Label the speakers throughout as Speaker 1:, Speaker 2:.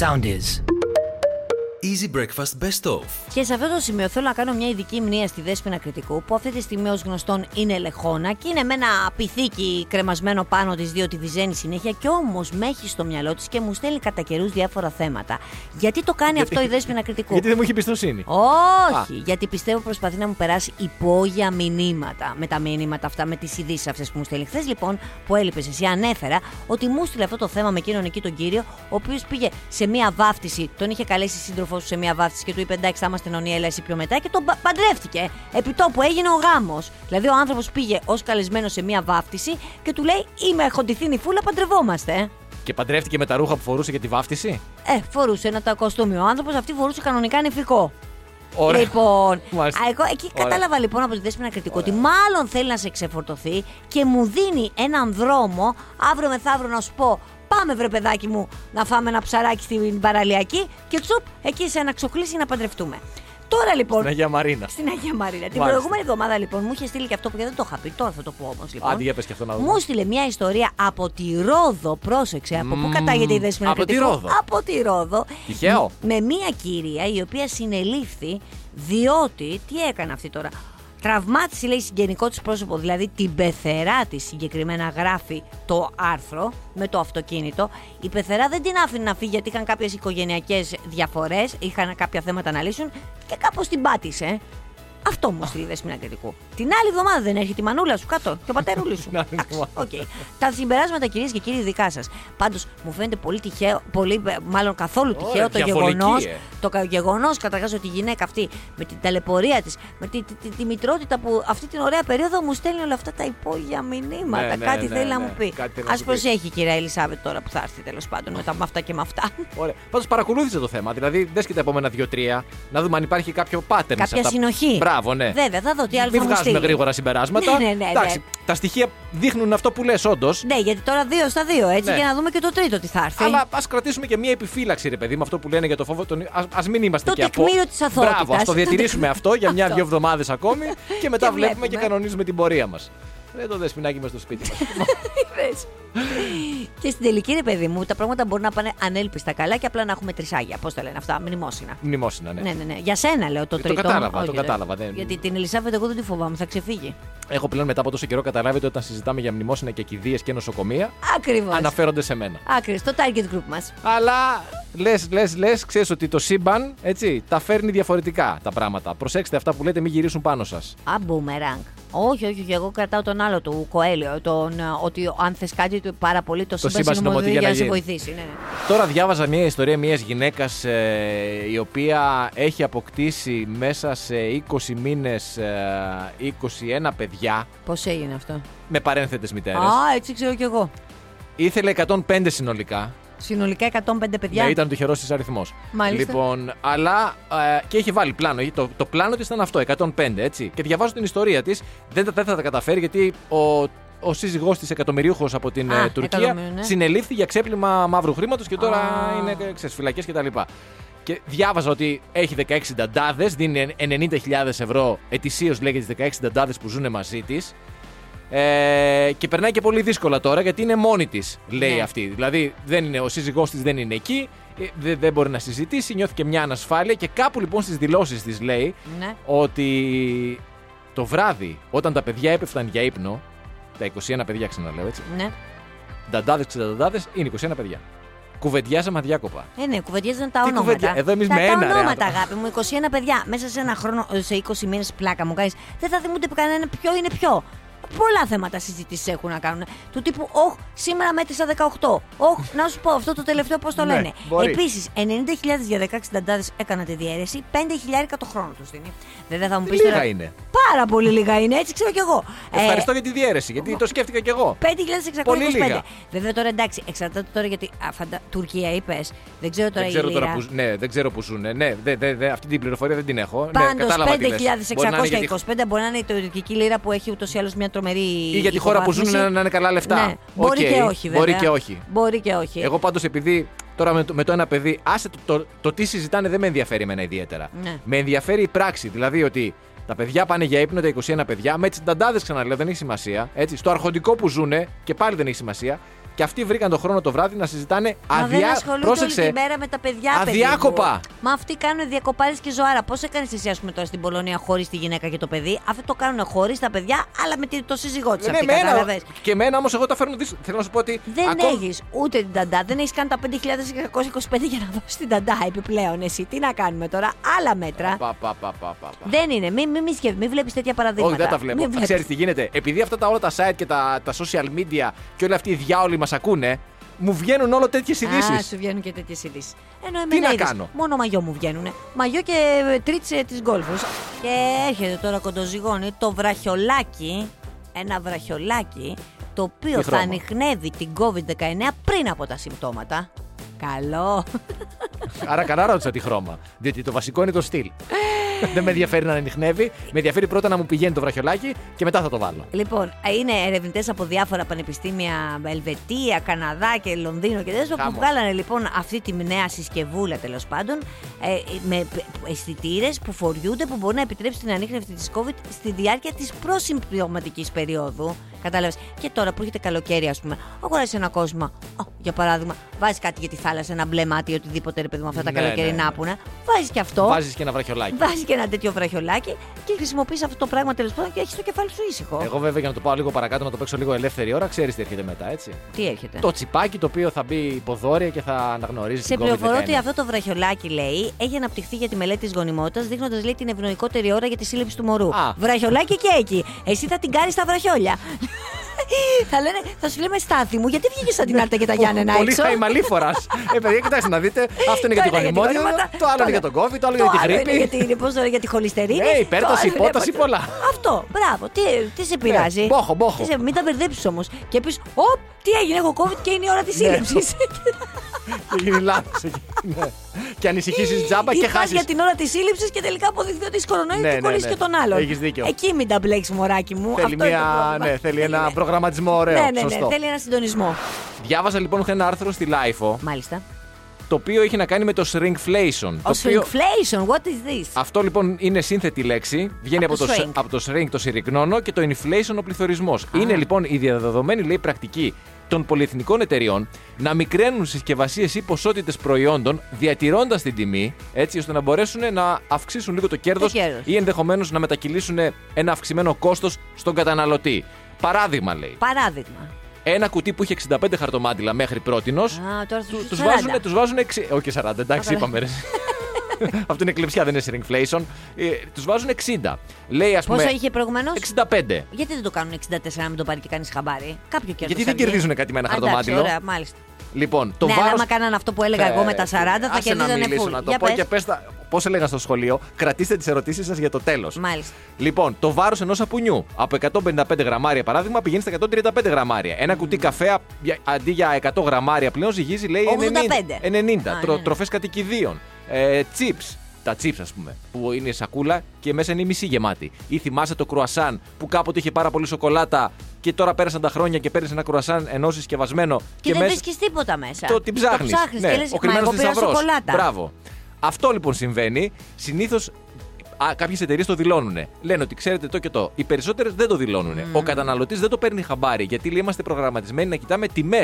Speaker 1: sound is.
Speaker 2: Easy Breakfast Best Of.
Speaker 3: Και σε αυτό το σημείο θέλω να κάνω μια ειδική μνήμα στη Δέσποινα Κριτικού, που αυτή τη στιγμή ως γνωστόν είναι λεχόνα και είναι με ένα πυθίκι κρεμασμένο πάνω της, διότι βυζένει συνέχεια. Και όμως με έχει στο μυαλό της και μου στέλνει κατά καιρούς διάφορα θέματα. Γιατί το κάνει αυτό η Δέσποινα Κριτικού.
Speaker 4: Γιατί δεν μου έχει εμπιστοσύνη.
Speaker 3: Όχι, γιατί πιστεύω προσπαθεί να μου περάσει υπόγεια μηνύματα με τα μηνύματα αυτά, με τις ειδήσεις αυτές που μου στέλνει. Χθες λοιπόν που έλειπες εσύ, ανέφερα ότι μου στείλε αυτό το θέμα με εκείνον εκεί τον κύριο, ο οποίος πήγε σε μία βάφτιση, τον είχε καλέσει σύντροφό του σε μία βάφτιση και του είπε εντάξει θα είμαστε νονιέλα εσύ πιο μετά και τον πα- παντρεύτηκε. Επί τόπου έγινε ο γάμος. Δηλαδή ο άνθρωπος πήγε ως καλεσμένο σε μία βάφτιση και του λέει Είμαι χοντιθίνη φούλα, παντρευόμαστε.
Speaker 4: Και παντρεύτηκε με τα ρούχα που φορούσε για τη βάφτιση.
Speaker 3: Ε, φορούσε ένα τα κοστούμι. Ο άνθρωπος αυτή φορούσε κανονικά νηφικό.
Speaker 4: Ωραία.
Speaker 3: Λοιπόν,
Speaker 4: Μάλιστα.
Speaker 3: α, εγώ εκεί
Speaker 4: Ωραία.
Speaker 3: κατάλαβα λοιπόν από τη Δέσποινα κριτικό ότι μάλλον θέλει να σε ξεφορτωθεί και μου δίνει έναν δρόμο αύριο μεθαύριο να σου πω Πάμε βρε παιδάκι μου να φάμε ένα ψαράκι στην παραλιακή και τσουπ εκεί σε ένα ξοκλήσι να παντρευτούμε. Τώρα λοιπόν.
Speaker 4: Στην Αγία Μαρίνα.
Speaker 3: Στην Αγία Μαρίνα. Την
Speaker 4: Μάλιστα.
Speaker 3: προηγούμενη εβδομάδα λοιπόν μου είχε στείλει και αυτό που δεν το είχα πει. Τώρα θα το πω όμως λοιπόν.
Speaker 4: Άντε, για πες και αυτό να δούμε.
Speaker 3: Μου στείλε μια ιστορία από τη Ρόδο. Πρόσεξε από πού
Speaker 4: Μμμ,
Speaker 3: κατάγεται η δέσμη
Speaker 4: από τη Ρόδο.
Speaker 3: Από τη Ρόδο.
Speaker 4: Τυχαίο.
Speaker 3: Με μια κυρία η οποία συνελήφθη διότι. Τι έκανε αυτή τώρα. Τραυμάτισε λέει συγγενικό της πρόσωπο, δηλαδή την πεθερά της συγκεκριμένα γράφει το άρθρο με το αυτοκίνητο. Η πεθερά δεν την άφηνε να φύγει γιατί είχαν κάποιες οικογενειακές διαφορές, είχαν κάποια θέματα να λύσουν και κάπως την πάτησε. Αυτό μου στείλει η Δέσποινα Κριτικού. Την άλλη εβδομάδα δεν έρχεται η μανούλα σου κάτω και ο πατέρουλη σου.
Speaker 4: Την άλλη
Speaker 3: Εντάξει,
Speaker 4: εβδομάδα.
Speaker 3: Οκ. Τα συμπεράσματα κυρίες και κύριοι δικά σας. Πάντως μου φαίνεται πολύ τυχαίο, πολύ, ε, μάλλον καθόλου
Speaker 4: Ωραία,
Speaker 3: τυχαίο το
Speaker 4: διαβολική,
Speaker 3: γεγονός.
Speaker 4: ε.
Speaker 3: Το γεγονός καταρχάς ότι η γυναίκα αυτή με την ταλαιπωρία της, με τη, τη, τη, τη μητρότητα που αυτή την ωραία περίοδο μου στέλνει όλα αυτά τα υπόγεια μηνύματα.
Speaker 4: Ναι, ναι,
Speaker 3: κάτι
Speaker 4: ναι,
Speaker 3: θέλει να
Speaker 4: ναι.
Speaker 3: μου πει.
Speaker 4: Κάτι θέλει να
Speaker 3: Ας
Speaker 4: σου πει.
Speaker 3: προσέχει η κυρία Ελισάβετ τώρα που θα έρθει τέλος πάντων μετά με αυτά και με αυτά.
Speaker 4: Ωραία. Πάντως παρακολούθησε το θέμα. Δηλαδή, δες και τα επόμενα δύο-τρία να δούμε αν υπάρχει κάποιο pattern σε
Speaker 3: Κάποια
Speaker 4: αυτά.
Speaker 3: συνοχή.
Speaker 4: Μπράβο, ναι.
Speaker 3: Βέβαια, θα δω τι άλλο
Speaker 4: Μην
Speaker 3: θα μου
Speaker 4: βγάζουμε
Speaker 3: στείλει.
Speaker 4: γρήγορα συμπεράσματα.
Speaker 3: Ναι, ναι, ναι, ναι.
Speaker 4: Εντάξει, τα στοιχεία δείχνουν αυτό που λες, όντως.
Speaker 3: Ναι, γιατί τώρα δύο στα δύο, έτσι,
Speaker 4: Ναι.
Speaker 3: για να δούμε και το τρίτο τι θα έρθει.
Speaker 4: Αλλά ας κρατήσουμε και μία επιφύλαξη, ρε παιδί, με αυτό που λένε για το φόβο. Τον... Ας μην είμαστε
Speaker 3: Το
Speaker 4: και από.
Speaker 3: τεκμήριο της αθωότητας.
Speaker 4: Μπράβο, ας το
Speaker 3: Το
Speaker 4: διατηρήσουμε
Speaker 3: τεκμήριο-
Speaker 4: αυτό για μια-δύο
Speaker 3: Αυτό.
Speaker 4: εβδομάδες ακόμη και μετά
Speaker 3: Και
Speaker 4: βλέπουμε και
Speaker 3: βλέπουμε.
Speaker 4: κανονίζουμε την πορεία μας. Δεν το δεσπινάκι μας στο σπίτι μας.
Speaker 3: Είδες. και στην τελική, ρε παιδί μου, τα πράγματα μπορεί να πάνε ανέλπιστα καλά και απλά να έχουμε τρισάγια. Πώς τα λένε αυτά, μνημόσυνα.
Speaker 4: Μνημόσυνα, ναι. Ε,
Speaker 3: Ναι, ναι, ναι. Για σένα λέω το
Speaker 4: Το
Speaker 3: τρίτο.
Speaker 4: κατάλαβα,
Speaker 3: Όχι,
Speaker 4: το
Speaker 3: ρε.
Speaker 4: κατάλαβα, δεν-
Speaker 3: Γιατί την Ελισάβετ εγώ δεν τη φοβάμαι, θα ξεφύγει.
Speaker 4: Έχω πλέον μετά από τόσο καιρό καταλάβει ότι όταν συζητάμε για μνημόσυνα και κηδείες και νοσοκομεία,
Speaker 3: Ακριβώς.
Speaker 4: αναφέρονται σε μένα.
Speaker 3: Άκρη, το target group μας.
Speaker 4: Αλλά λες, λες, λες, ξέρεις ότι το σύμπαν έτσι, τα φέρνει διαφορετικά τα πράγματα. Προσέξτε αυτά που λέτε, μην γυρίσουν πάνω σας.
Speaker 3: Α, boomerang. Όχι, όχι, όχι, εγώ κρατάω τον άλλο του Κοέλιο. Τον, ε, ότι αν θες κάτι του πάρα πολύ, το,
Speaker 4: σύμπαν συνομωτεί για
Speaker 3: για
Speaker 4: να
Speaker 3: να σε
Speaker 4: γίνει.
Speaker 3: βοηθήσει. Ναι, ναι.
Speaker 4: Τώρα διάβαζα μια ιστορία μιας γυναίκας ε, η οποία έχει αποκτήσει μέσα σε 20 μήνες ε, 21 παιδιά
Speaker 3: Πώς έγινε αυτό.
Speaker 4: με παρένθετες μητέρες.
Speaker 3: Α, έτσι ξέρω κι εγώ.
Speaker 4: Ήθελε 105 συνολικά.
Speaker 3: Συνολικά 105 παιδιά.
Speaker 4: Ναι, ήταν τυχερός της αριθμός.
Speaker 3: Μάλιστα.
Speaker 4: Λοιπόν, αλλά ε, και είχε βάλει πλάνο. Το, το πλάνο της ήταν αυτό, 105 έτσι. Και διαβάζω την ιστορία της, δεν, τα- δεν θα τα καταφέρει γιατί ο, ο σύζυγός της εκατομμυρίουχος από την
Speaker 3: Α,
Speaker 4: ε, Τουρκία
Speaker 3: εκατομμύριο, ναι.
Speaker 4: συνελήφθη για ξέπλυμα μαύρου χρήματος και τώρα
Speaker 3: Α.
Speaker 4: είναι ξέρεις, φυλακές κτλ. Και διάβαζα ότι έχει 16 νταντάδες, δίνει 90.000 ευρώ ετησίως λέγεται τις 16 νταντάδες που ζουν μαζί της. Ε, και περνάει και πολύ δύσκολα τώρα γιατί είναι μόνη της, λέει
Speaker 3: Ναι.
Speaker 4: αυτή. Δηλαδή, δεν είναι, ο σύζυγός της δεν είναι εκεί, ε, δεν, δεν μπορεί να συζητήσει, νιώθει και μια ανασφάλεια και κάπου λοιπόν στις δηλώσεις της λέει
Speaker 3: Ναι.
Speaker 4: ότι το βράδυ όταν τα παιδιά έπεφταν για ύπνο, τα 21 παιδιά ξαναλέω έτσι,
Speaker 3: ναι.
Speaker 4: νταντάδες, ξενταντάδε, είναι 21 παιδιά. Κουβεντιάσαμε αδιάκοπα.
Speaker 3: Ε, ναι, κουβεντιάζαν τα
Speaker 4: Τι
Speaker 3: ονόματα.
Speaker 4: κουβεντιά- εδώ εμείς
Speaker 3: τα,
Speaker 4: με
Speaker 3: τα
Speaker 4: ένα, ρε,
Speaker 3: ονόματα,
Speaker 4: άτομα.
Speaker 3: αγάπη μου. 21 παιδιά. Μέσα σε ένα χρόνο, ε, σε 20 μήνες πλάκα μου κάνει. Δεν θα θυμούνται κανένα ποιο είναι ποιο. Πολλά θέματα συζήτησης έχουν να κάνουν. Του τύπου, Ωχ, σήμερα μέτρησα 18. Ωχ, να σου πω αυτό το τελευταίο πώς το
Speaker 4: Ναι,
Speaker 3: λένε.
Speaker 4: μπορεί.
Speaker 3: Επίσης, 90.000 για 16 ταντάδε έκανα τη διαίρεση, 5.000 το χρόνο τους δίνει. Βέβαια θα μου πεις
Speaker 4: Λίγα
Speaker 3: τώρα.
Speaker 4: είναι.
Speaker 3: Πάρα πολύ λίγα είναι, έτσι ξέρω κι εγώ. Ε,
Speaker 4: Ευχαριστώ για τη διαίρεση, γιατί το σκέφτηκα κι εγώ.
Speaker 3: 5.625.
Speaker 4: Πολύ λίγα.
Speaker 3: Βέβαια τώρα εντάξει, εξαρτάται τώρα γιατί. Α, φαντα... Τουρκία είπες. Δεν ξέρω τώρα
Speaker 4: Δεν ξέρω,
Speaker 3: η
Speaker 4: τώρα
Speaker 3: λίρα.
Speaker 4: που, ναι, δεν ξέρω που ζουν. Ναι, δε, δε, δε, αυτή την πληροφορία δεν την έχω. ναι,
Speaker 3: Πάντως
Speaker 4: κατάλαβα τι λες. Μπορεί να είναι γιατί
Speaker 3: 5.625 μπορεί να είναι η τουρκική λίρα που έχει ούτως ή άλλως μια τρομερή.
Speaker 4: ή για τη χώρα που ζουν
Speaker 3: υποβάθμιση.
Speaker 4: να, να είναι καλά λεφτά.
Speaker 3: Ναι. Μπορεί
Speaker 4: Οκ.
Speaker 3: και όχι, βέβαια.
Speaker 4: Μπορεί και όχι.
Speaker 3: Μπορεί και όχι.
Speaker 4: Εγώ πάντως επειδή τώρα με το, με το ένα παιδί, άσε το, το, το τι συζητάνε δεν με ενδιαφέρει εμένα ιδιαίτερα.
Speaker 3: Ναι.
Speaker 4: Με ενδιαφέρει η πράξη. Δηλαδή ότι τα παιδιά πάνε για ύπνο, τα 21 παιδιά, με τις ταντάδε ξαναλέω, δεν έχει σημασία. Έτσι, στο αρχοντικό που ζουνε και πάλι δεν έχει σημασία. Και αυτοί βρήκαν τον χρόνο το βράδυ να συζητάνε
Speaker 3: Μα δεν
Speaker 4: αδιά...
Speaker 3: ασχολούνται
Speaker 4: Πρόσεξε.
Speaker 3: όλη τη μέρα με τα παιδιά. παιδί
Speaker 4: Αδιάκοπα.
Speaker 3: μου. Μα αυτοί κάνουν διακοπάρε και ζωάρα. Πώς έκανε εσύ, ας πούμε, τώρα στην Πολωνία χωρίς τη γυναίκα και το παιδί. Αυτοί το κάνουν χωρίς τα παιδιά, αλλά με τη- το σύζυγό της.
Speaker 4: Ναι, με ένα, και εμένα όμως εγώ τα φέρνω δύσκολα. Θέλω να σου πω ότι.
Speaker 3: Δεν
Speaker 4: ακόμη-
Speaker 3: έχεις ούτε την ταντά. Δεν έχεις καν τα 5.625 για να δώσεις την ταντά επιπλέον εσύ. Τι να κάνουμε τώρα, άλλα μέτρα.
Speaker 4: Πα, πα, πα, πα, πα, πα.
Speaker 3: Δεν είναι. Μην μη, μη, σκέφ- μη βλέπεις τέτοια παραδείγματα.
Speaker 4: Όχι, δεν τα βλέπω.
Speaker 3: Μην βλέπεις.
Speaker 4: Ξέρει τι γίνεται. Επειδή αυτά τα όλα τα site και τα, τα social media και όλοι αυτοί οι διάολοι μας ακούνε, μου βγαίνουν όλο τέτοιες
Speaker 3: Α,
Speaker 4: ειδήσεις.
Speaker 3: σου βγαίνουν και τέτοιες ειδήσεις. Ενώ εμένα
Speaker 4: να
Speaker 3: είδες,
Speaker 4: κάνω?
Speaker 3: Μόνο μαγιό μου βγαίνουν. Μαγιό και ε, τρίτσε τη γκολφου. Και έρχεται τώρα κοντοζυγόνι το βραχιολάκι. Ένα βραχιολάκι το οποίο θα
Speaker 4: Τι χρώμα?
Speaker 3: ανοιχνεύει την COVID-19 πριν από τα συμπτώματα. Καλό.
Speaker 4: Άρα καλά ρώτησα τι χρώμα. Διότι το βασικό είναι το στυλ. δεν με ενδιαφέρει να ανοιχνεύει. Με ενδιαφέρει πρώτα να μου πηγαίνει το βραχιολάκι και μετά θα το βάλω.
Speaker 3: Λοιπόν, είναι ερευνητές από διάφορα πανεπιστήμια, Ελβετία, Καναδά και Λονδίνο και τέτοια, που
Speaker 4: Χαμός.
Speaker 3: βγάλανε λοιπόν αυτή τη νέα συσκευούλα τέλος πάντων, ε, με αισθητήρες που φοριούνται που μπορεί να επιτρέψει την ανείχνευση της COVID στη διάρκεια της προσυμπτωματική περίοδου. Κατάλαβες. Και τώρα που έρχεται καλοκαίρι, ας πούμε, αγοράζει ένα κόσμο. Α, για παράδειγμα, βάζει κάτι για τη θάλασσα, ένα μπλε μάτι, οτιδήποτε ρε παιδί μου, αυτά τα
Speaker 4: Ναι,
Speaker 3: καλοκαιρινά
Speaker 4: ναι, ναι.
Speaker 3: που είναι. Βάζεις και αυτό.
Speaker 4: Βάζεις και ένα βραχιολάκι.
Speaker 3: Βάζεις και ένα τέτοιο βραχιολάκι και χρησιμοποιείς αυτό το πράγμα τέλος πάντων και έχεις το κεφάλι σου ήσυχο.
Speaker 4: Εγώ βέβαια για να το πάω λίγο παρακάτω, να το παίξω λίγο ελεύθερη ώρα, ξέρεις τι έρχεται μετά, έτσι.
Speaker 3: Τι έρχεται.
Speaker 4: Το τσιπάκι το οποίο θα μπει υποδόρια και θα αναγνωρίζεις
Speaker 3: Σε
Speaker 4: την COVID-19.
Speaker 3: πληροφορώ ότι αυτό το βραχιολάκι, λέει, έχει αναπτυχθεί για τη μελέτη της γονιμότητας, δείχνοντας, λέει, την ευνοϊκότερη ώρα για τη σύλληψη του μωρού.
Speaker 4: Α.
Speaker 3: Βραχιολάκι και εκεί. Εσύ θα την κάνεις στα βραχιόλια. θα, λένε, θα σου λέμε στάθη μου, γιατί βγήκες σαν την Άρτα και τα Γιάννενα
Speaker 4: Πολύ
Speaker 3: έξω.
Speaker 4: χαϊμαλήφορα. ε, παιδιά, κοιτάξτε να δείτε. Αυτό είναι για
Speaker 3: Το
Speaker 4: την
Speaker 3: ένα για τη
Speaker 4: γονιμότητα,
Speaker 3: γονιμότητα,
Speaker 4: το άλλο είναι για τον COVID, το άλλο για την
Speaker 3: άλλο είναι για
Speaker 4: γρήπη.
Speaker 3: την- πώς το λένε, για τη χολυστερίνη.
Speaker 4: Ναι, υπέρταση,
Speaker 3: το άλλο είναι
Speaker 4: υπόταση,
Speaker 3: από-
Speaker 4: πολλά.
Speaker 3: Αυτό, μπράβο. Τι, τι σε πειράζει.
Speaker 4: Ναι, μπόχο, μπόχο.
Speaker 3: Τι σε- Μην τα μπερδέψεις όμως. Και πεις, Ωπ, τι έγινε, έχω COVID και είναι η ώρα της
Speaker 4: Ναι.
Speaker 3: σύλληψη.
Speaker 4: Και γίνει λάθος εκεί. ναι. Και ανησυχήσεις τζάμπα
Speaker 3: Ή
Speaker 4: και
Speaker 3: πας
Speaker 4: χάσει.
Speaker 3: για την ώρα της σύλληψης και τελικά αποδειχθεί ότι είσαι κορονοϊό
Speaker 4: Ναι,
Speaker 3: και
Speaker 4: ναι,
Speaker 3: κολλήσει
Speaker 4: ναι.
Speaker 3: και τον άλλον.
Speaker 4: Έχεις δίκιο.
Speaker 3: Εκεί μην τα μπλέξεις, μωράκι μου.
Speaker 4: Θέλει,
Speaker 3: Αυτό είναι το
Speaker 4: μια...
Speaker 3: πρόβλημα.
Speaker 4: ναι, θέλει ένα
Speaker 3: ναι.
Speaker 4: προγραμματισμό ωραίο.
Speaker 3: Ναι, ναι, ναι,
Speaker 4: σωστό.
Speaker 3: θέλει ένα συντονισμό.
Speaker 4: Διάβαζα λοιπόν ένα άρθρο στη Lifeo
Speaker 3: Μάλιστα.
Speaker 4: το οποίο είχε να κάνει με το shrinkflation.
Speaker 3: Ο
Speaker 4: το οποίο...
Speaker 3: shrinkflation, what is this.
Speaker 4: Αυτό λοιπόν είναι σύνθετη λέξη. Βγαίνει
Speaker 3: Από
Speaker 4: από,
Speaker 3: το
Speaker 4: το,
Speaker 3: shrink.
Speaker 4: σ- από το shrink, το συρρυκνώνω και το inflation ο πληθωρισμός. Είναι λοιπόν η διαδεδομένη λέει πρακτική των πολυεθνικών εταιριών να μικραίνουν συσκευασίες ή ποσότητες προϊόντων διατηρώντας την τιμή έτσι ώστε να μπορέσουν να αυξήσουν λίγο το κέρδος
Speaker 3: κέρδος.
Speaker 4: ή ενδεχομένως να μετακυλήσουν ένα αυξημένο κόστος στον καταναλωτή. Παράδειγμα λέει,
Speaker 3: Παράδειγμα.
Speaker 4: ένα κουτί που είχε 65 χαρτομάτιλα μέχρι πρότινος,
Speaker 3: Α, τώρα θα σου
Speaker 4: του
Speaker 3: σου
Speaker 4: βάζουν,
Speaker 3: 40.
Speaker 4: τους βάζουν 6. Όχι 40, εντάξει,
Speaker 3: Α, καλά.
Speaker 4: είπαμε. Ρε. Αυτό είναι κλεψιά, δεν είναι shrinkflation. Ε, Τους βάζουν 60. Λέει, ας πούμε.
Speaker 3: Πόσο είχε προηγουμένως.
Speaker 4: 65.
Speaker 3: Γιατί δεν το κάνουν 64 να μην το πάρει και κάνει χαμπάρι. Κάποιο κέρδος.
Speaker 4: δεν κερδίζουνε κάτι με ένα χαρτομάτιλο.
Speaker 3: Ωραία, μάλιστα.
Speaker 4: Λοιπόν, το
Speaker 3: ναι,
Speaker 4: βάρος... Ε,
Speaker 3: αλλά άμα κάνανε αυτό που έλεγα εγώ με τα 40 θα
Speaker 4: Άσε να
Speaker 3: κερδίζανε
Speaker 4: μιλήσω
Speaker 3: φουλ.
Speaker 4: να το
Speaker 3: Για
Speaker 4: πω
Speaker 3: πες.
Speaker 4: και πες τα... Πώς έλεγα στο σχολείο, κρατήστε τις ερωτήσεις σας για το τέλος.
Speaker 3: Μάλιστα.
Speaker 4: Λοιπόν, το βάρος ενός σαπουνιού από 155 γραμμάρια παράδειγμα πηγαίνει στα 135 γραμμάρια. Ένα κουτί καφέ για- αντί για 100 γραμμάρια πλέον ζυγίζει λέει
Speaker 3: 85.
Speaker 4: 90.
Speaker 3: Α,
Speaker 4: 90. Τρο,
Speaker 3: ναι, ναι.
Speaker 4: Τροφές κατοικιδίων. Ε, chips. Τα chips, ας πούμε, που είναι σακούλα και μέσα είναι η μισή γεμάτη. Ή θυμάσαι το κρουασάν που κάποτε είχε πάρα πολύ σοκολάτα και τώρα πέρασαν τα χρόνια και παίρνει ένα κρουασάν ενώ συσκευασμένο.
Speaker 3: Και, δεν βρίσκεις τίποτα μέσα.
Speaker 4: Το την ψάχνει.
Speaker 3: Το ψάχνει και λες.
Speaker 4: ο
Speaker 3: Μα
Speaker 4: κρυμμένο
Speaker 3: εγώ πήρα
Speaker 4: θησαυρό.
Speaker 3: σοκολάτα.
Speaker 4: Μπράβο. Αυτό λοιπόν συμβαίνει. Συνήθως κάποιες εταιρείες το δηλώνουν. Λένε ότι ξέρετε το και το. Οι περισσότερες δεν το δηλώνουν. Ο καταναλωτής δεν το παίρνει χαμπάρι γιατί λέει, είμαστε προγραμματισμένοι να κοιτάμε τιμές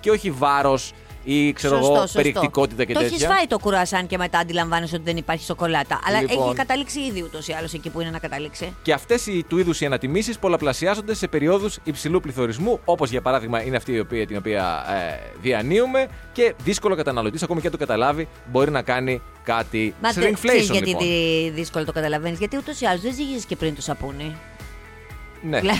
Speaker 4: και όχι βάρος ή ξέρω
Speaker 3: Σωστό,
Speaker 4: εγώ,
Speaker 3: σωστό.
Speaker 4: περιεκτικότητα και
Speaker 3: το
Speaker 4: τέτοια.
Speaker 3: έχει φάει το κουρασάν και μετά αντιλαμβάνεσαι ότι δεν υπάρχει σοκολάτα. Αλλά
Speaker 4: Λοιπόν.
Speaker 3: έχει καταλήξει ήδη ούτως ή άλλως εκεί που είναι να καταλήξει.
Speaker 4: Και αυτές του είδους οι ανατιμήσεις πολλαπλασιάζονται σε περιόδους υψηλού πληθωρισμού, όπως για παράδειγμα είναι αυτή η οποία, την οποία ε, διανύουμε και δύσκολο καταναλωτής, ακόμη και αν το καταλάβει, μπορεί να κάνει κάτι.
Speaker 3: Μα δεν ξέρεις
Speaker 4: Shrinkflation,
Speaker 3: γιατί
Speaker 4: λοιπόν.
Speaker 3: δι- δύσκολο το καταλαβαίνεις. Γιατί ούτως ή άλλως δεν ζυγίζεις και πριν το σαπούνι.
Speaker 4: Ναι.
Speaker 3: Δηλαδή,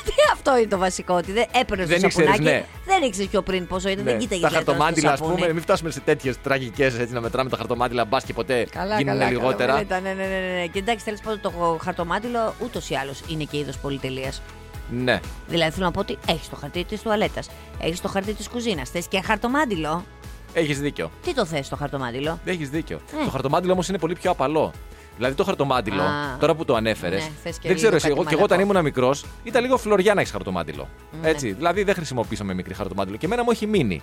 Speaker 3: ότι αυτό είναι το βασικό. Ότι δεν έπαιρνε
Speaker 4: Δεν
Speaker 3: το
Speaker 4: ήξερες,
Speaker 3: σαπουνάκι.
Speaker 4: ναι.
Speaker 3: Δεν ήξερες πιο πριν πόσο ήταν. Δεν
Speaker 4: ναι.
Speaker 3: κοίταγες
Speaker 4: τα
Speaker 3: ιδιαίτερα στο
Speaker 4: χαρτομάτιλα, α
Speaker 3: σαπούνι.
Speaker 4: πούμε, μην φτάσουμε σε τέτοιες τραγικές έτσι να μετράμε τα χαρτομάτιλα, μπας και ποτέ
Speaker 3: Καλά,
Speaker 4: γίνουν
Speaker 3: καλά,
Speaker 4: λιγότερα.
Speaker 3: Καλά, ήταν, ναι, ναι, ναι, ναι. Και εντάξει, τέλος πάντων το χαρτομάτιλο ούτως ή άλλως είναι και είδος πολυτελείας.
Speaker 4: ναι.
Speaker 3: Δηλαδή θέλω να πω ότι έχεις το χαρτί της τουαλέτας, έχεις το χαρτί της κουζίνας, θες και χαρτομάτιλο.
Speaker 4: Έχεις δίκιο.
Speaker 3: Τι το θες το χαρτομάτιλο.
Speaker 4: Έχεις δίκιο.
Speaker 3: Ε.
Speaker 4: Το χαρτομάτιλο όμως είναι πολύ πιο απαλό. Δηλαδή το χαρτομάτιλο,
Speaker 3: Α.
Speaker 4: τώρα που το ανέφερες,
Speaker 3: Ναι, θες και
Speaker 4: δεν ξέρω
Speaker 3: λίγο
Speaker 4: εσύ, εγώ,
Speaker 3: κάτι
Speaker 4: και εγώ όταν
Speaker 3: μαλακός.
Speaker 4: ήμουν μικρός, ήταν λίγο φλωριά να έχει χαρτομάτιλο.
Speaker 3: Ναι.
Speaker 4: Έτσι, δηλαδή δεν χρησιμοποιήσαμε μικρή χαρτομάτιλο και εμένα μου έχει μείνει.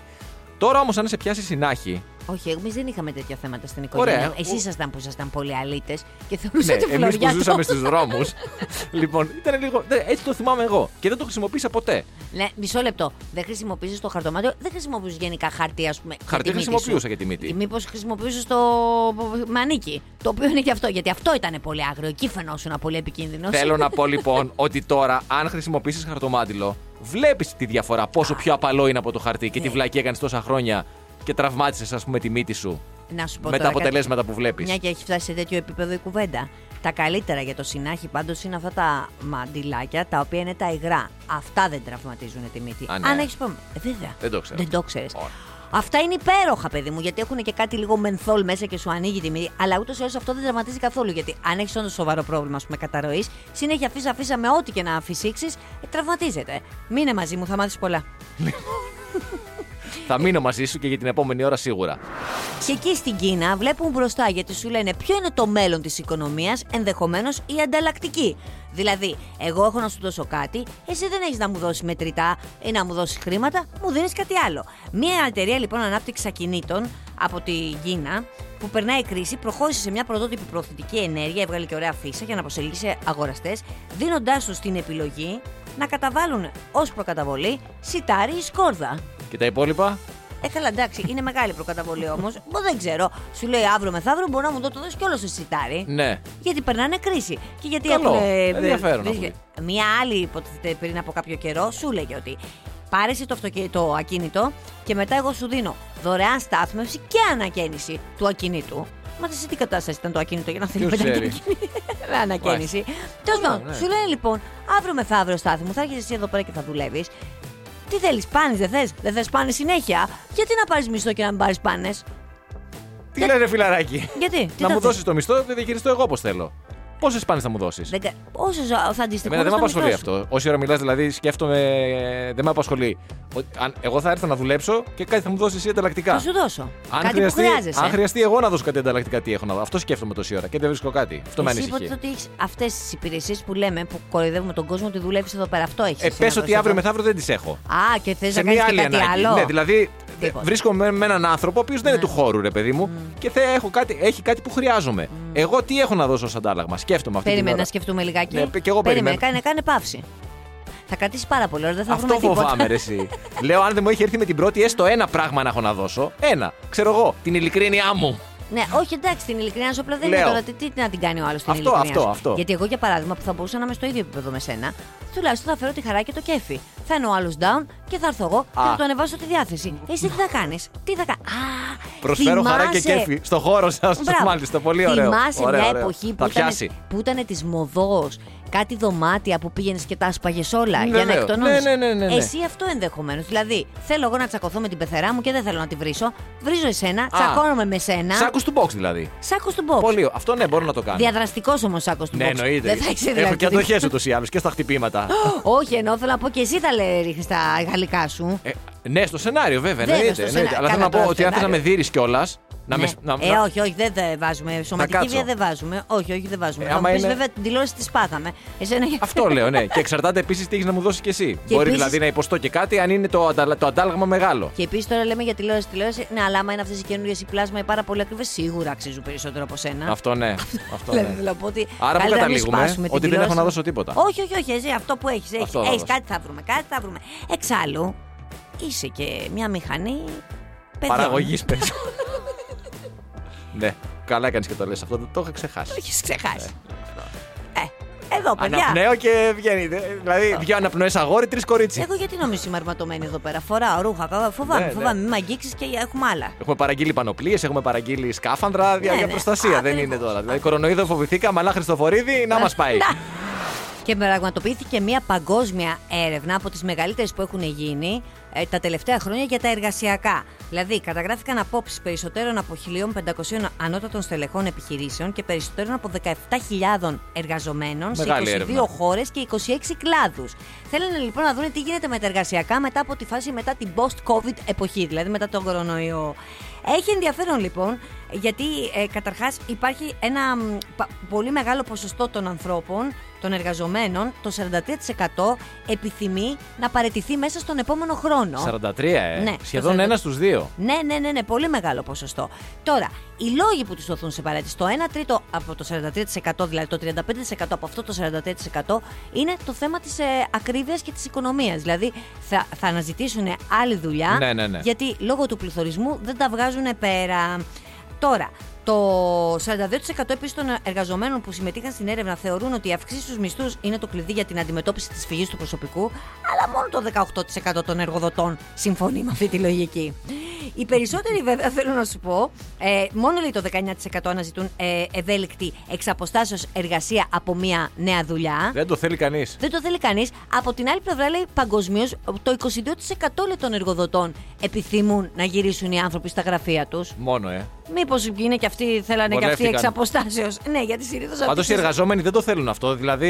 Speaker 4: Τώρα όμως, αν σε πιάσει συνάχη
Speaker 3: Όχι, εμείς δεν είχαμε τέτοια θέματα στην οικογένεια.
Speaker 4: Ωραία.
Speaker 3: Εσεί
Speaker 4: Ο-
Speaker 3: ήσασταν που ήσασταν πολύ αλήτες και θεωρούσατε
Speaker 4: ναι, εμείς που
Speaker 3: φλωριάτο.
Speaker 4: ζούσαμε στους δρόμους. λοιπόν, ήταν λίγο. ναι, Έτσι το θυμάμαι εγώ. Και δεν το χρησιμοποίησα ποτέ.
Speaker 3: Ναι, μισό λεπτό. Δεν χρησιμοποιήσεις το χαρτομάτιο, δεν χρησιμοποιείς γενικά χαρτί, ας πούμε.
Speaker 4: Χαρτί χρησιμοποιούσα για τη μύτη.
Speaker 3: Μήπως χρησιμοποιούσες το μανίκι. Το οποίο είναι και αυτό, γιατί αυτό ήταν πολύ άγριο. Εκεί φαινόσουν πολύ επικίνδυνος.
Speaker 4: Θέλω να πω λοιπόν ότι τώρα, αν χρησιμοποιήσεις χαρτομάτιλο, βλέπεις τη διαφορά. Πόσο πιο απαλό είναι από το χαρτί και τη
Speaker 3: Ναι.
Speaker 4: βλακή έκανες τόσα χρόνια και τραυμάτισες, ας πούμε, τη μύτη σου
Speaker 3: να σου πω
Speaker 4: με τα
Speaker 3: τώρα κάτι.
Speaker 4: αποτελέσματα που βλέπεις.
Speaker 3: Μια και έχει φτάσει σε τέτοιο επίπεδο η κουβέντα. Τα καλύτερα για το συνάχη πάντως είναι αυτά τα μαντιλάκια τα οποία είναι τα υγρά. Αυτά δεν τραυματίζουν τη μύτη.
Speaker 4: Α, ναι.
Speaker 3: Αν έχεις πρόβλημα. Ε, Βέβαια.
Speaker 4: Δεν το ξέρω.
Speaker 3: Δεν το ξέρεις.
Speaker 4: Ωραία.
Speaker 3: Αυτά είναι υπέροχα, παιδί μου, γιατί έχουν και κάτι λίγο μενθόλ μέσα και σου ανοίγει τη μύτη. Αλλά ούτως ή άλλως αυτό δεν τραυματίζει καθόλου. Γιατί αν έχεις όντως σοβαρό πρόβλημα, ας πούμε, καταρροής, συνέχεια αφήσα, αφήσα με ό,τι και να αφησίξει, τραυματίζεται. Μείνε μαζί μου, θα μάθεις πολλά.
Speaker 4: Θα μείνω μαζί σου και για την επόμενη ώρα σίγουρα.
Speaker 3: Και εκεί στην Κίνα βλέπουν μπροστά γιατί σου λένε ποιο είναι το μέλλον της οικονομίας, ενδεχομένως η ανταλλακτική. Δηλαδή, εγώ έχω να σου δώσω κάτι, εσύ δεν έχεις να μου δώσεις μετρητά ή να μου δώσεις χρήματα, μου δίνεις κάτι άλλο. Μία εταιρεία λοιπόν ανάπτυξη ακινήτων από την Κίνα που περνάει η κρίση, προχώρησε σε μια πρωτότυπη προωθητική ενέργεια, έβγαλε και ωραία φύσα για να προσελκύσει αγοραστές, δίνοντάς τους την επιλογή να καταβάλουν ως προκαταβολή σιτάρι ή σκόρδα.
Speaker 4: Και τα υπόλοιπα.
Speaker 3: Ε, καλά, εντάξει, είναι μεγάλη προκαταβολή όμως. Δεν ξέρω. Σου λέει αύριο μεθαύριο μπορεί να μου το, το δώσει κιόλα σε σιτάρι.
Speaker 4: Ναι.
Speaker 3: Γιατί περνάνε κρίση. Και γιατί
Speaker 4: Καλό.
Speaker 3: έχουν. ε,
Speaker 4: Ενδιαφέρον
Speaker 3: ε,
Speaker 4: ακούγεται.
Speaker 3: ε, Μία άλλη, υποτίθεται πριν από κάποιο καιρό, σου λέγε ότι πάρε εσύ το, αυτοκι- το ακίνητο και μετά εγώ σου δίνω δωρεάν στάθμευση και ανακαίνιση του ακινήτου. Μα σε τι κατάσταση ήταν το ακίνητο για να θέλει μετά
Speaker 4: ξέρει.
Speaker 3: με ανακαίνιση. Τέλο
Speaker 4: Καλά,
Speaker 3: πάντων,
Speaker 4: ναι.
Speaker 3: σου λένε λοιπόν, αύριο μεθαύριο στάθη μου, θα έρχεσαι εσύ εδώ πέρα και θα δουλεύεις. Τι θέλεις, πάνες, δεν θες, δεν θες πάνες συνέχεια. Γιατί να πάρεις μισθό και να μην πάρεις πάνες.
Speaker 4: Τι λένε, φιλαράκι.
Speaker 3: Γιατί, τι
Speaker 4: να
Speaker 3: το
Speaker 4: μου
Speaker 3: θες?
Speaker 4: δώσεις το μισθό, θα διαχειριστώ εγώ όπως θέλω. Πόσες πάνες θα μου δώσεις.
Speaker 3: Δεν κα- Όσο ζω- θα αντιστοιχούν.
Speaker 4: Εμένα δεν με απασχολεί αυτό. Όση ώρα μιλάς, δηλαδή, σκέφτομαι. ε, Δεν με απασχολεί. Ο- αν- εγώ θα έρθω να δουλέψω και κάτι θα μου δώσεις εσύ
Speaker 3: Θα
Speaker 4: ανταλλακτικά.
Speaker 3: σου δώσω. Κάτι που χρειάζεσαι.
Speaker 4: αν χρειαστεί εγώ να δώσω κάτι ανταλλακτικά, τι έχω να δω. Αυτό σκέφτομαι τόση ώρα και δεν βρίσκω κάτι. Αυτό με
Speaker 3: Εσύ
Speaker 4: ανησυχεί.
Speaker 3: υποτίθεται ότι έχεις αυτές τις υπηρεσίες που λέμε, που κοροϊδεύουμε τον κόσμο ότι δουλεύεις εδώ πέρα. Αυτό έχεις.
Speaker 4: Ε, πε ότι αύριο μεθαύριο δεν τις έχω.
Speaker 3: Α, και θες να
Speaker 4: σε μια
Speaker 3: κάνεις
Speaker 4: άλλη
Speaker 3: κάτι
Speaker 4: ανάγκη.
Speaker 3: άλλο.
Speaker 4: Ναι, δηλαδή ε,
Speaker 3: Τίποτα. Ναι.
Speaker 4: βρίσκομαι με έναν άνθρωπο ο οποίος δεν είναι του χώρου, ρε παιδί μου, και θα έχω κάτι, έχει κάτι που χρειάζομαι. Εγώ τι έχω να δώσω ως αντάλλαγμα. Σκέφτομαι αυτή την
Speaker 3: Περίμενε να
Speaker 4: ώρα.
Speaker 3: σκεφτούμε λιγάκι.
Speaker 4: Ναι, και εγώ
Speaker 3: Περίμενε,
Speaker 4: περιμένω.
Speaker 3: κάνε, κάνε παύση. Θα κρατήσεις πάρα πολύ ώρα, δεν θα
Speaker 4: Αυτό
Speaker 3: βρούμε τίποτα.
Speaker 4: φοβάμαι, ρε, εσύ. Λέω, αν δεν μου είχε έρθει με την πρώτη, έστω ένα πράγμα να έχω να δώσω. Ένα. Ξέρω εγώ, την ειλικρίνειά μου.
Speaker 3: Ναι, όχι εντάξει, την ειλικρινά σου απλά δεν είναι
Speaker 4: Λέω.
Speaker 3: τώρα. Τι, τι να την κάνει ο άλλος την
Speaker 4: Αυτό,
Speaker 3: ειλικρινιά
Speaker 4: αυτό,
Speaker 3: σου.
Speaker 4: αυτό.
Speaker 3: Γιατί εγώ για παράδειγμα που θα μπορούσα να είμαι στο ίδιο επίπεδο με σένα, τουλάχιστον θα φέρω τη χαρά και το κέφι. Θα είναι ο άλλος down και θα έρθω εγώ και
Speaker 4: Α.
Speaker 3: θα του ανεβάσω τη διάθεση. Εσύ τι θα κάνεις, τι θα κάνει. Α,
Speaker 4: Προσφέρω χαρά και
Speaker 3: θυμάσαι-
Speaker 4: κέφι στο χώρο σας.
Speaker 3: Μπράβο.
Speaker 4: Μάλιστα, πολύ ωραίο.
Speaker 3: Θυμάσαι
Speaker 4: Ωραίο,
Speaker 3: μια
Speaker 4: ωραίο.
Speaker 3: εποχή που
Speaker 4: Θα
Speaker 3: ήταν,
Speaker 4: πιάσει.
Speaker 3: που ήταν της μοδός. Κάτι δωμάτια που πήγαινες και τα σπαγε όλα
Speaker 4: Ναι,
Speaker 3: για να
Speaker 4: βέβαια.
Speaker 3: εκτονώνει.
Speaker 4: Ναι, ναι, ναι, ναι, ναι.
Speaker 3: Εσύ αυτό ενδεχομένως. Δηλαδή, θέλω εγώ να τσακωθώ με την πεθερά μου και δεν θέλω να τη βρίσω. Βρίζω εσένα, τσακώνομαι με σένα.
Speaker 4: Σάκου του box δηλαδή.
Speaker 3: Σάκος του box.
Speaker 4: Πολύ. Αυτό ναι, μπορώ να το κάνω.
Speaker 3: Διαδραστικός όμως σάκος του
Speaker 4: Ναι,
Speaker 3: box.
Speaker 4: εννοείται.
Speaker 3: Δεν θα έχεις
Speaker 4: Έχω
Speaker 3: δηλαδή.
Speaker 4: και αντοχέ ούτω ή άλλω και στα χτυπήματα.
Speaker 3: Όχι, ενώ θέλω να πω και εσύ θα λέει ρίχνεις τα γαλλικά σου.
Speaker 4: Ε, ναι, στο σενάριο βέβαια.
Speaker 3: Βέβαια,
Speaker 4: εννοείται,
Speaker 3: στο
Speaker 4: εννοείται.
Speaker 3: σενάριο.
Speaker 4: Αλλά θέλω να
Speaker 3: Καλά,
Speaker 4: πω
Speaker 3: το
Speaker 4: ότι αν θε να με
Speaker 3: σενάριο.
Speaker 4: δει κιόλας. Να
Speaker 3: ναι.
Speaker 4: με. να-
Speaker 3: ε,
Speaker 4: να-
Speaker 3: όχι, όχι, δεν δε βάζουμε. Σωματική
Speaker 4: κάτσω.
Speaker 3: βία δεν βάζουμε. Όχι, όχι, δεν βάζουμε.
Speaker 4: Ε,
Speaker 3: θα μου
Speaker 4: άμα
Speaker 3: πεις,
Speaker 4: είναι-
Speaker 3: βέβαια την τηλεόραση τη πάθαμε. Εσένα...
Speaker 4: Αυτό λέω, ναι. Και εξαρτάται επίσης τι έχεις να μου δώσεις κι εσύ.
Speaker 3: Και
Speaker 4: Μπορεί
Speaker 3: επίσης-
Speaker 4: δηλαδή να υποστώ και κάτι αν είναι το, ανταλα- το αντάλλαγμα μεγάλο.
Speaker 3: Και επίσης τώρα λέμε για τηλεόραση, τηλεόραση. Ναι, αλλά άμα είναι αυτές οι καινούριε οι πλάσμα οι πάρα πολύ ακριβές, σίγουρα αξίζουν περισσότερο από σένα.
Speaker 4: Αυτό ναι. Αυτό
Speaker 3: Δηλαδή,
Speaker 4: ναι.
Speaker 3: θέλω να πω ότι
Speaker 4: Άρα που
Speaker 3: καλύτερα να μην
Speaker 4: καταλήγουμε,
Speaker 3: σπάσουμε την
Speaker 4: ότι δεν
Speaker 3: τηλεόραση.
Speaker 4: έχω να δώσω τίποτα.
Speaker 3: Όχι, όχι, όχι. Εσύ, αυτό που έχεις. Έχεις,
Speaker 4: Αυτό θα
Speaker 3: έχεις
Speaker 4: δώσω.
Speaker 3: κάτι θα βρούμε. Κάτι θα βρούμε. Εξάλλου, είσαι και μια μηχανή παιδιών.
Speaker 4: Παραγωγής πες. ναι. Καλά έκανες και το λες αυτό. Το είχα ξεχάσει.
Speaker 3: Έχεις ξεχάσει. Ε, εδώ, παιδιά.
Speaker 4: Αναπνέω και βγαίνει. δε- Δηλαδή, δύο αναπνοές αγόρι, τρεις κορίτσι.
Speaker 3: Εγώ γιατί νομίζω είμαι αρματωμένη εδώ πέρα. Φοράω ρούχα. κα- Φοβάμαι,
Speaker 4: Ναι, ναι.
Speaker 3: φοβάμαι. Μην με αγγίξεις και έχουμε άλλα.
Speaker 4: Έχουμε παραγγείλει πανοπλίες, έχουμε παραγγείλει σκάφανδρα για,
Speaker 3: Ναι,
Speaker 4: για
Speaker 3: ναι.
Speaker 4: προστασία. δεν
Speaker 3: Ακριβώς.
Speaker 4: είναι τώρα. Δηλαδή, κορονοϊδο φοβηθήκαμε, αλλά Χριστοφορίδη να μας πάει.
Speaker 3: Και πραγματοποιήθηκε μια παγκόσμια έρευνα από τις μεγαλύτερες που έχουν γίνει ε, τα τελευταία χρόνια για τα εργασιακά. Δηλαδή, καταγράφηκαν απόψεις περισσότερων από 1.500 ανώτατων στελεχών επιχειρήσεων και περισσότερων από 17.000 εργαζομένων
Speaker 4: Μεγάλη
Speaker 3: σε 22
Speaker 4: έρευνα.
Speaker 3: χώρες και 26 κλάδους. Θέλανε λοιπόν να δουν τι γίνεται με τα εργασιακά μετά από τη φάση μετά την post-COVID εποχή, δηλαδή μετά τον κορονοϊό. Έχει ενδιαφέρον λοιπόν Γιατί ε, καταρχάς υπάρχει ένα μ, πα- πολύ μεγάλο ποσοστό των ανθρώπων, των εργαζομένων, το 43% επιθυμεί να παραιτηθεί μέσα στον επόμενο χρόνο.
Speaker 4: 43, ε.
Speaker 3: Ναι,
Speaker 4: Σχεδόν
Speaker 3: το 43.
Speaker 4: ένας στους δύο.
Speaker 3: Ναι, ναι, ναι, ναι, πολύ μεγάλο ποσοστό. Τώρα, οι λόγοι που τους δοθούν σε παρέτηση, το 1 τρίτο από το 43%, δηλαδή το 35% από αυτό το 43%, είναι το θέμα της ε, ακρίβειας και της οικονομίας. Δηλαδή, θα, θα αναζητήσουν άλλη δουλειά,
Speaker 4: Ναι, ναι, ναι.
Speaker 3: γιατί λόγω του πληθωρισμού δεν τα βγάζουν πέρα. Τώρα, το 42% επίσης των εργαζομένων που συμμετείχαν στην έρευνα θεωρούν ότι η αυξήση στους μισθούς είναι το κλειδί για την αντιμετώπιση της φυγής του προσωπικού, αλλά μόνο το 18% των εργοδοτών συμφωνεί με αυτή τη λογική. Οι περισσότεροι, βέβαια, θέλω να σου πω, ε, μόνο λέει το 19% αναζητούν ε, ευέλικτη εξ αποστάσεως εργασία από μια νέα δουλειά.
Speaker 4: Δεν το θέλει κανείς.
Speaker 3: Δεν το θέλει κανείς. Από την άλλη πλευρά, λέει παγκοσμίως, το 22% λέει, των εργοδοτών επιθυμούν να γυρίσουν οι άνθρωποι στα γραφεία τους.
Speaker 4: Μόνο, ε.
Speaker 3: Μήπως είναι και αυτοί, θέλανε και αυτοί
Speaker 4: Βολεύτηκαν.
Speaker 3: εξ αποστάσεως. Ναι, γιατί συνήθως
Speaker 4: Πάντως οι εργαζόμενοι δεν το θέλουν αυτό. Δηλαδή,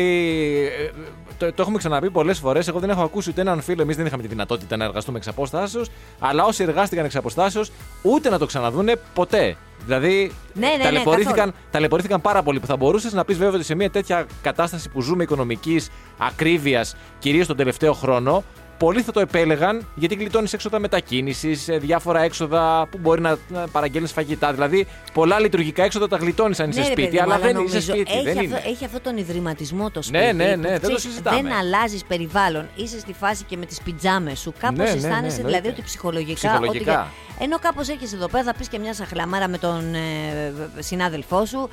Speaker 4: ε, το, το έχουμε ξαναπεί πολλές φορές. Εγώ δεν έχω ακούσει ούτε έναν φίλο. Εμείς δεν είχαμε τη δυνατότητα να εργαστούμε εξ αποστάσεως. Αλλά όσοι εργάστηκαν εξ αποστάσεως, ούτε να το ξαναδούνε ποτέ. Δηλαδή,
Speaker 3: Ναι, ναι, ναι,
Speaker 4: ταλαιπωρήθηκαν,
Speaker 3: καθόλου.
Speaker 4: ταλαιπωρήθηκαν πάρα πολύ. Που θα μπορούσες να πεις βέβαια ότι σε μια τέτοια κατάσταση που ζούμε οικονομικής ακρίβειας, κυρίως τον τελευταίο χρόνο, πολλοί θα το επέλεγαν γιατί γλιτώνεις έξοδα μετακίνησης, διάφορα έξοδα που μπορεί να, να παραγγέλνεις φαγητά. Δηλαδή, πολλά λειτουργικά έξοδα τα γλιτώνεις αν είσαι
Speaker 3: ναι, ρε
Speaker 4: σπίτι,
Speaker 3: παιδί μου,
Speaker 4: αλλά δεν
Speaker 3: νομίζω
Speaker 4: είσαι σπίτι.
Speaker 3: έχει,
Speaker 4: δεν
Speaker 3: αυτό,
Speaker 4: είναι.
Speaker 3: έχει αυτό τον ιδρυματισμό το σπίτι.
Speaker 4: Ναι, ναι,
Speaker 3: που
Speaker 4: ναι, δεν το
Speaker 3: ξέρεις,
Speaker 4: συζητάμε.
Speaker 3: Δεν αλλάζεις περιβάλλον. Είσαι στη φάση και με τις πιτζάμες σου. Κάπως
Speaker 4: Ναι, ναι, ναι,
Speaker 3: αισθάνεσαι δηλαδή
Speaker 4: εννοείται.
Speaker 3: ότι ψυχολογικά.
Speaker 4: Ψυχολογικά.
Speaker 3: Ότι, ενώ κάπως έχεις εδώ πέρα, θα πεις και μια σαχλαμάρα με τον ε, συνάδελφό σου.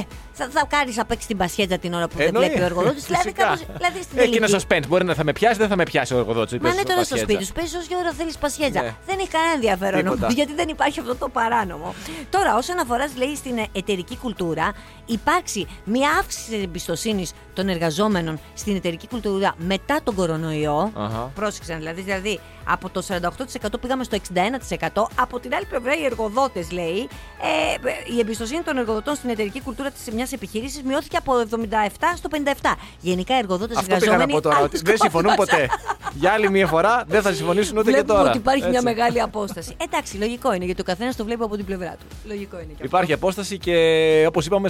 Speaker 3: Ε, θα, θα κάνεις απ' έξω την πασχέτζα την ώρα που δεν
Speaker 4: Ε, Εννοεί.
Speaker 3: βλέπει ο εργοδότης. δηλαδή,
Speaker 4: Φυσικά.
Speaker 3: κάπως, δηλαδή στην
Speaker 4: Έχει ένα
Speaker 3: τελική.
Speaker 4: suspense. Μπορεί να θα με πιάσει, δεν θα με πιάσει ο εργοδότης.
Speaker 3: Μα είναι τώρα στο σπίτι σου. Παίζει όση ώρα θέλεις πασχέτζα.
Speaker 4: Ναι.
Speaker 3: Δεν έχει κανένα ενδιαφέρον
Speaker 4: Τίποτα.
Speaker 3: όμως, γιατί δεν υπάρχει αυτό το παράνομο. Τώρα, όσον αφοράς λέει, στην εταιρική κουλτούρα, υπάρξει μια αύξηση της εμπιστοσύνης των εργαζόμενων στην εταιρική κουλτούρα μετά τον κορονοϊό.
Speaker 4: Αχα.
Speaker 3: Πρόσεξαν δηλαδή, δηλαδή από το 48% πήγαμε στο 61%. Από την άλλη πλευρά, οι εργοδότες λέει, ε, η εμπιστοσύνη των εργοδοτών στην εταιρική κουλτούρα της μιας επιχείρηση μειώθηκε από 77% στο 57%. Γενικά, οι εργοδότες
Speaker 4: Αυτό πήγα να πω τώρα. Ότι δεν συμφωνούν ποτέ. Για άλλη μια φορά δεν θα συμφωνήσουν ούτε και
Speaker 3: Βλέπουμε
Speaker 4: τώρα.
Speaker 3: ότι υπάρχει μια
Speaker 4: Έτσι.
Speaker 3: μεγάλη απόσταση. Εντάξει, λογικό είναι γιατί ο καθένας το βλέπει από την πλευρά του. Λογικό είναι και αυτό.
Speaker 4: Υπάρχει απόσταση και όπως είπαμε,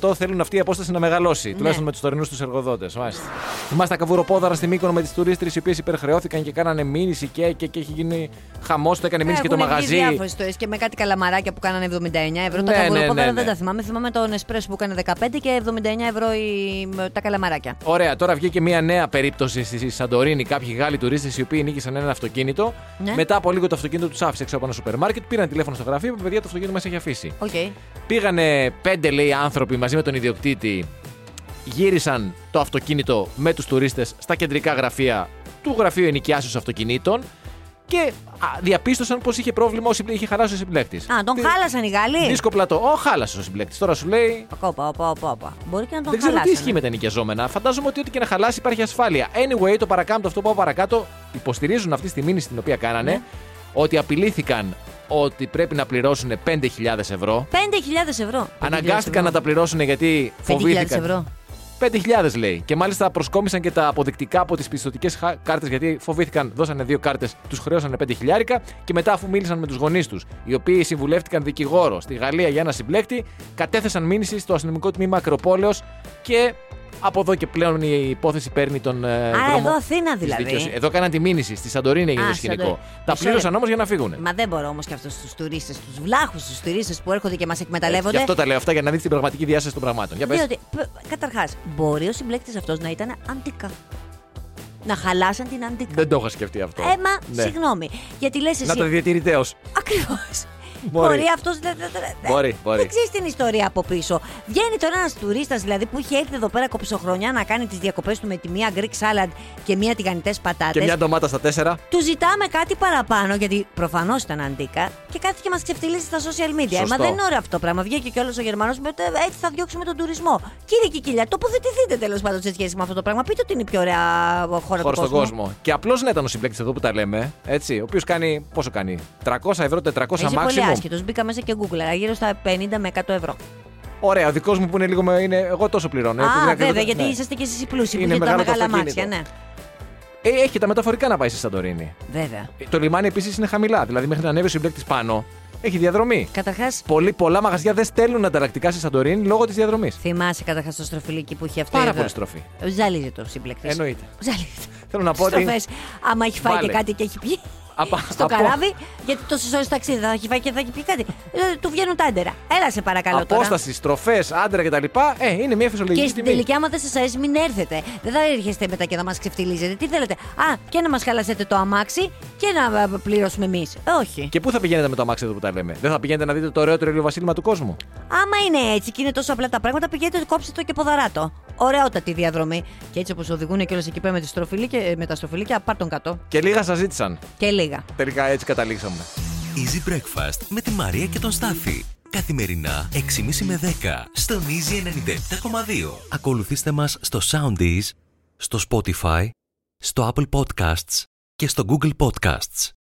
Speaker 4: 43% θέλουν αυτή η απόσταση να μεγαλώσει.
Speaker 3: Ναι.
Speaker 4: Τουλάχιστον με τους τωρινούς τους εργοδότες. Μάλιστα. Θυμάστε τα καβουροπόδαρα στη Μύκονο με τις τουρίστρες οι οποίες υπερχρεώθηκαν και κάνανε μήνυση και, και, και έχει γίνει χαμός. Το έκανε μήνυση και το
Speaker 3: Έχουν βγει
Speaker 4: μαγαζί.
Speaker 3: διάφορες ιστορίες και με κάτι καλαμαράκια που κάνανε 79 ευρώ.
Speaker 4: Ναι,
Speaker 3: τα
Speaker 4: ναι,
Speaker 3: καβουροπόδαρα
Speaker 4: ναι, ναι.
Speaker 3: δεν τα θυμάμαι. Θυμάμαι τον Εσπρέσο που έκανε 15 και 79 ευρώ η... τα καλαμαράκια.
Speaker 4: Ωραία, τώρα βγήκε μια νέα περίπτωση στη Σαντορίνη. Κάποιοι Γάλλοι τουρίστες οι οποίοι νίκησαν ένα αυτοκίνητο.
Speaker 3: Ναι.
Speaker 4: Μετά από λίγο το αυτοκίνητο τους άφησε έξω από ένα σούπερ μάρκετ, πήραν τηλέφωνο στο γραφείο και παιδιά το αυτοκίνητο μας έχει αφήσει.
Speaker 3: Οκ.
Speaker 4: Πήγανε πέντε λέει άνθρωποι μαζί με τον ιδιοκτήτη, γύρισαν το αυτοκίνητο με τους τουρίστες στα κεντρικά γραφεία του γραφείου ενοικιάσεως αυτοκινήτων και α, διαπίστωσαν πως είχε πρόβλημα ο συμπλέ- είχε χαλάσει ο συμπλέκτης.
Speaker 3: Α, τον χάλασαν οι Γάλλοι.
Speaker 4: Δίσκο πλατό. Ω, χάλασε ο συμπλέκτης. Τώρα σου λέει
Speaker 3: Όπα, όπα, όπα, όπα. Μπορεί και να τον
Speaker 4: δεν ξέρω τι
Speaker 3: χαλάσανε.
Speaker 4: ισχύει με τα νοικιαζόμενα. Φαντάζομαι ότι ό,τι και να χαλάσει υπάρχει ασφάλεια. Anyway, το παρακάμπτω αυτό που πάω παρακάτω. Υποστηρίζουν αυτή τη μήνυση την οποία κάνανε
Speaker 3: Ναι.
Speaker 4: ότι απειλήθηκαν ότι πρέπει να πληρώσουν 5.000 ευρώ.
Speaker 3: 5.000 ευρώ. 5.000 ευρώ.
Speaker 4: Αναγκάστηκαν να τα πληρώσουν γιατί
Speaker 3: 5.000
Speaker 4: φοβήθηκαν.
Speaker 3: ευρώ.
Speaker 4: 5.000 λέει. Και μάλιστα προσκόμισαν και τα αποδεικτικά από τις πιστοτικές κάρτες γιατί φοβήθηκαν. Δώσανε δύο κάρτες, τους χρεώσανε 5.000 και μετά, αφού μίλησαν με τους γονείς τους, οι οποίοι συμβουλεύτηκαν δικηγόρο στη Γαλλία για ένα συμπλέκτη, κατέθεσαν μήνυση στο αστυνομικό τμήμα Ακροπόλεως και από εδώ και πλέον η υπόθεση παίρνει τον. ε,
Speaker 3: Άρα
Speaker 4: δρόμο
Speaker 3: εδώ Αθήνα
Speaker 4: της
Speaker 3: δηλαδή.
Speaker 4: δικαιοσύνης. Εδώ κάναν τη μήνυση, στη Σαντορίνη έγινε
Speaker 3: Α,
Speaker 4: το σκηνικό.
Speaker 3: Σαντορίνη.
Speaker 4: Τα
Speaker 3: Μισό
Speaker 4: πλήρωσαν
Speaker 3: λεπτό.
Speaker 4: όμως για να Ε, φύγουν.
Speaker 3: Μα δεν μπορώ όμως και αυτούς τους τουρίστες, τους βλάχους τους τουρίστες που έρχονται και μας
Speaker 4: Ε, Γι'
Speaker 3: εκμεταλλεύονται.
Speaker 4: αυτό τα λέω αυτά για να δείτε την πραγματική διάσταση των πραγμάτων. Για πες.
Speaker 3: Διότι, καταρχάς, μπορεί ο συμπλέκτης αυτός να ήταν αντίκα. Να χαλάσαν την αντίκα.
Speaker 4: Δεν το είχα σκεφτεί αυτό.
Speaker 3: Έμα,
Speaker 4: Ναι.
Speaker 3: συγγνώμη. Γιατί λες εσύ.
Speaker 4: Να το διατηρητέω.
Speaker 3: Ακριβώς.
Speaker 4: Μπορεί.
Speaker 3: αυτό.
Speaker 4: Μπορεί, μπορεί.
Speaker 3: Δεν ξέρεις την ιστορία από πίσω. Βγαίνει τώρα ένας τουρίστας δηλαδή που είχε έρθει εδώ πέρα κοψοχρονιά να κάνει τις διακοπές του με τη μία Greek salad και μία τηγανιτές
Speaker 4: Και
Speaker 3: πατάτε.
Speaker 4: μια ντομάτα στα τέσσερα.
Speaker 3: Του ζητάμε κάτι παραπάνω, γιατί προφανώς ήταν αντίκα, και κάθε και μας ξεφτυλίζει στα social media. Ε,
Speaker 4: Σωστό.
Speaker 3: Μα δεν είναι ωραίο αυτό το πράγμα. Βγήκε και όλο ο Γερμανός με το ε, έτσι θα διώξουμε τον τουρισμό. Κύριε Κικίλια, τοποθετηθείτε τέλος πάντων σε σχέση με αυτό το πράγμα. Πείτε ότι είναι η πιο ωραία χώρα,
Speaker 4: χώρο
Speaker 3: του
Speaker 4: στον
Speaker 3: κόσμου.
Speaker 4: κόσμο. Και απλώς να ήταν ο συμπλέκτης εδώ που τα λέμε, έτσι, ο οποίος κάνει, πόσο κάνει, 300 ευρώ, 400
Speaker 3: Είσαι πολύ
Speaker 4: maximum.
Speaker 3: άσχετος. Μπήκα μέσα και Google, αλλά γύρω στα 50 με 100 ευρώ.
Speaker 4: Ωραία, ο δικός μου που είναι λίγο με. Είναι, εγώ τόσο πληρώνω. επειδή είναι
Speaker 3: Α,
Speaker 4: ακριβό-
Speaker 3: βέβαια, γιατί
Speaker 4: ναι.
Speaker 3: είσαστε κι εσείς οι πλούσιοι που
Speaker 4: Είναι
Speaker 3: έχετε τα
Speaker 4: μεγάλο το
Speaker 3: μεγάλα μάτια.
Speaker 4: αυτοκίνητο.
Speaker 3: Ναι,
Speaker 4: Ε, έχει και τα μεταφορικά να πάει στη Σαντορίνη.
Speaker 3: βέβαια.
Speaker 4: Ε, Το λιμάνι επίσης είναι χαμηλά. Δηλαδή, μέχρι να ανέβει ο συμπλέκτης πάνω, Έχει διαδρομή.
Speaker 3: Καταρχάς,
Speaker 4: Πολύ, πολλά μαγαζιά δεν στέλνουν ανταλλακτικά στη Σαντορίνη λόγω της διαδρομής.
Speaker 3: θυμάσαι καταρχάς το στροφιλίκι που είχε αυτή.
Speaker 4: Πάρα
Speaker 3: εδώ.
Speaker 4: πολύ στροφή.
Speaker 3: Ζαλίζει το συμπλεκτη.
Speaker 4: Εννοείται.
Speaker 3: Ζαλίζει.
Speaker 4: Θέλω να πω ότι.
Speaker 3: Στροφές. Άμα έχει φάει
Speaker 4: Βάλε.
Speaker 3: και κάτι και έχει πιει.
Speaker 4: Απα-
Speaker 3: Ε, Στο
Speaker 4: απο-
Speaker 3: καράβι, γιατί τόσε ώρε ταξίδι θα έχει φάει και θα έχει πει κάτι. Ε, Του βγαίνουν τα έντερα. Έλα σε παρακαλώ τώρα.
Speaker 4: Απόστασης, στροφέ, άντρα κτλ. Ε, είναι μια φυσιολογική
Speaker 3: Και στην
Speaker 4: τιμή.
Speaker 3: τελική, άμα δεν σας αρέσει, μην έρθετε. Δεν θα έρχεστε μετά και να μας ξεφτυλίζετε. Τι θέλετε. Α, και να μας χαλάσετε το αμάξι και να ε, πληρώσουμε εμείς. Όχι.
Speaker 4: Και πού θα πηγαίνετε με το αμάξι εδώ που τα λέμε. Δεν θα πηγαίνετε να δείτε το ωραιότερο ηλιοβασίλεμα του κόσμου.
Speaker 3: Άμα είναι έτσι και είναι τόσο απλά τα πράγματα, πηγαίνετε, κόψτε το και ποδαράτο. Ωραιότατη διαδρομή. Και έτσι όπως οδηγούν και όλε εκεί πέρα με, τις στροφιλίκια- ε, με τα στροφιλίκια, πάρ τον κατώ.
Speaker 4: Και λίγα σας ζήτησαν.
Speaker 3: Και λίγα.
Speaker 4: Τελικά έτσι καταλήξαμε.
Speaker 2: Easy Breakfast με τη Μαρία και τον Στάφη. Καθημερινά 6.30 με 10 στον Easy 97.2. Ακολουθήστε μας στο Soundees, στο Spotify, στο Apple Podcasts και στο Google Podcasts.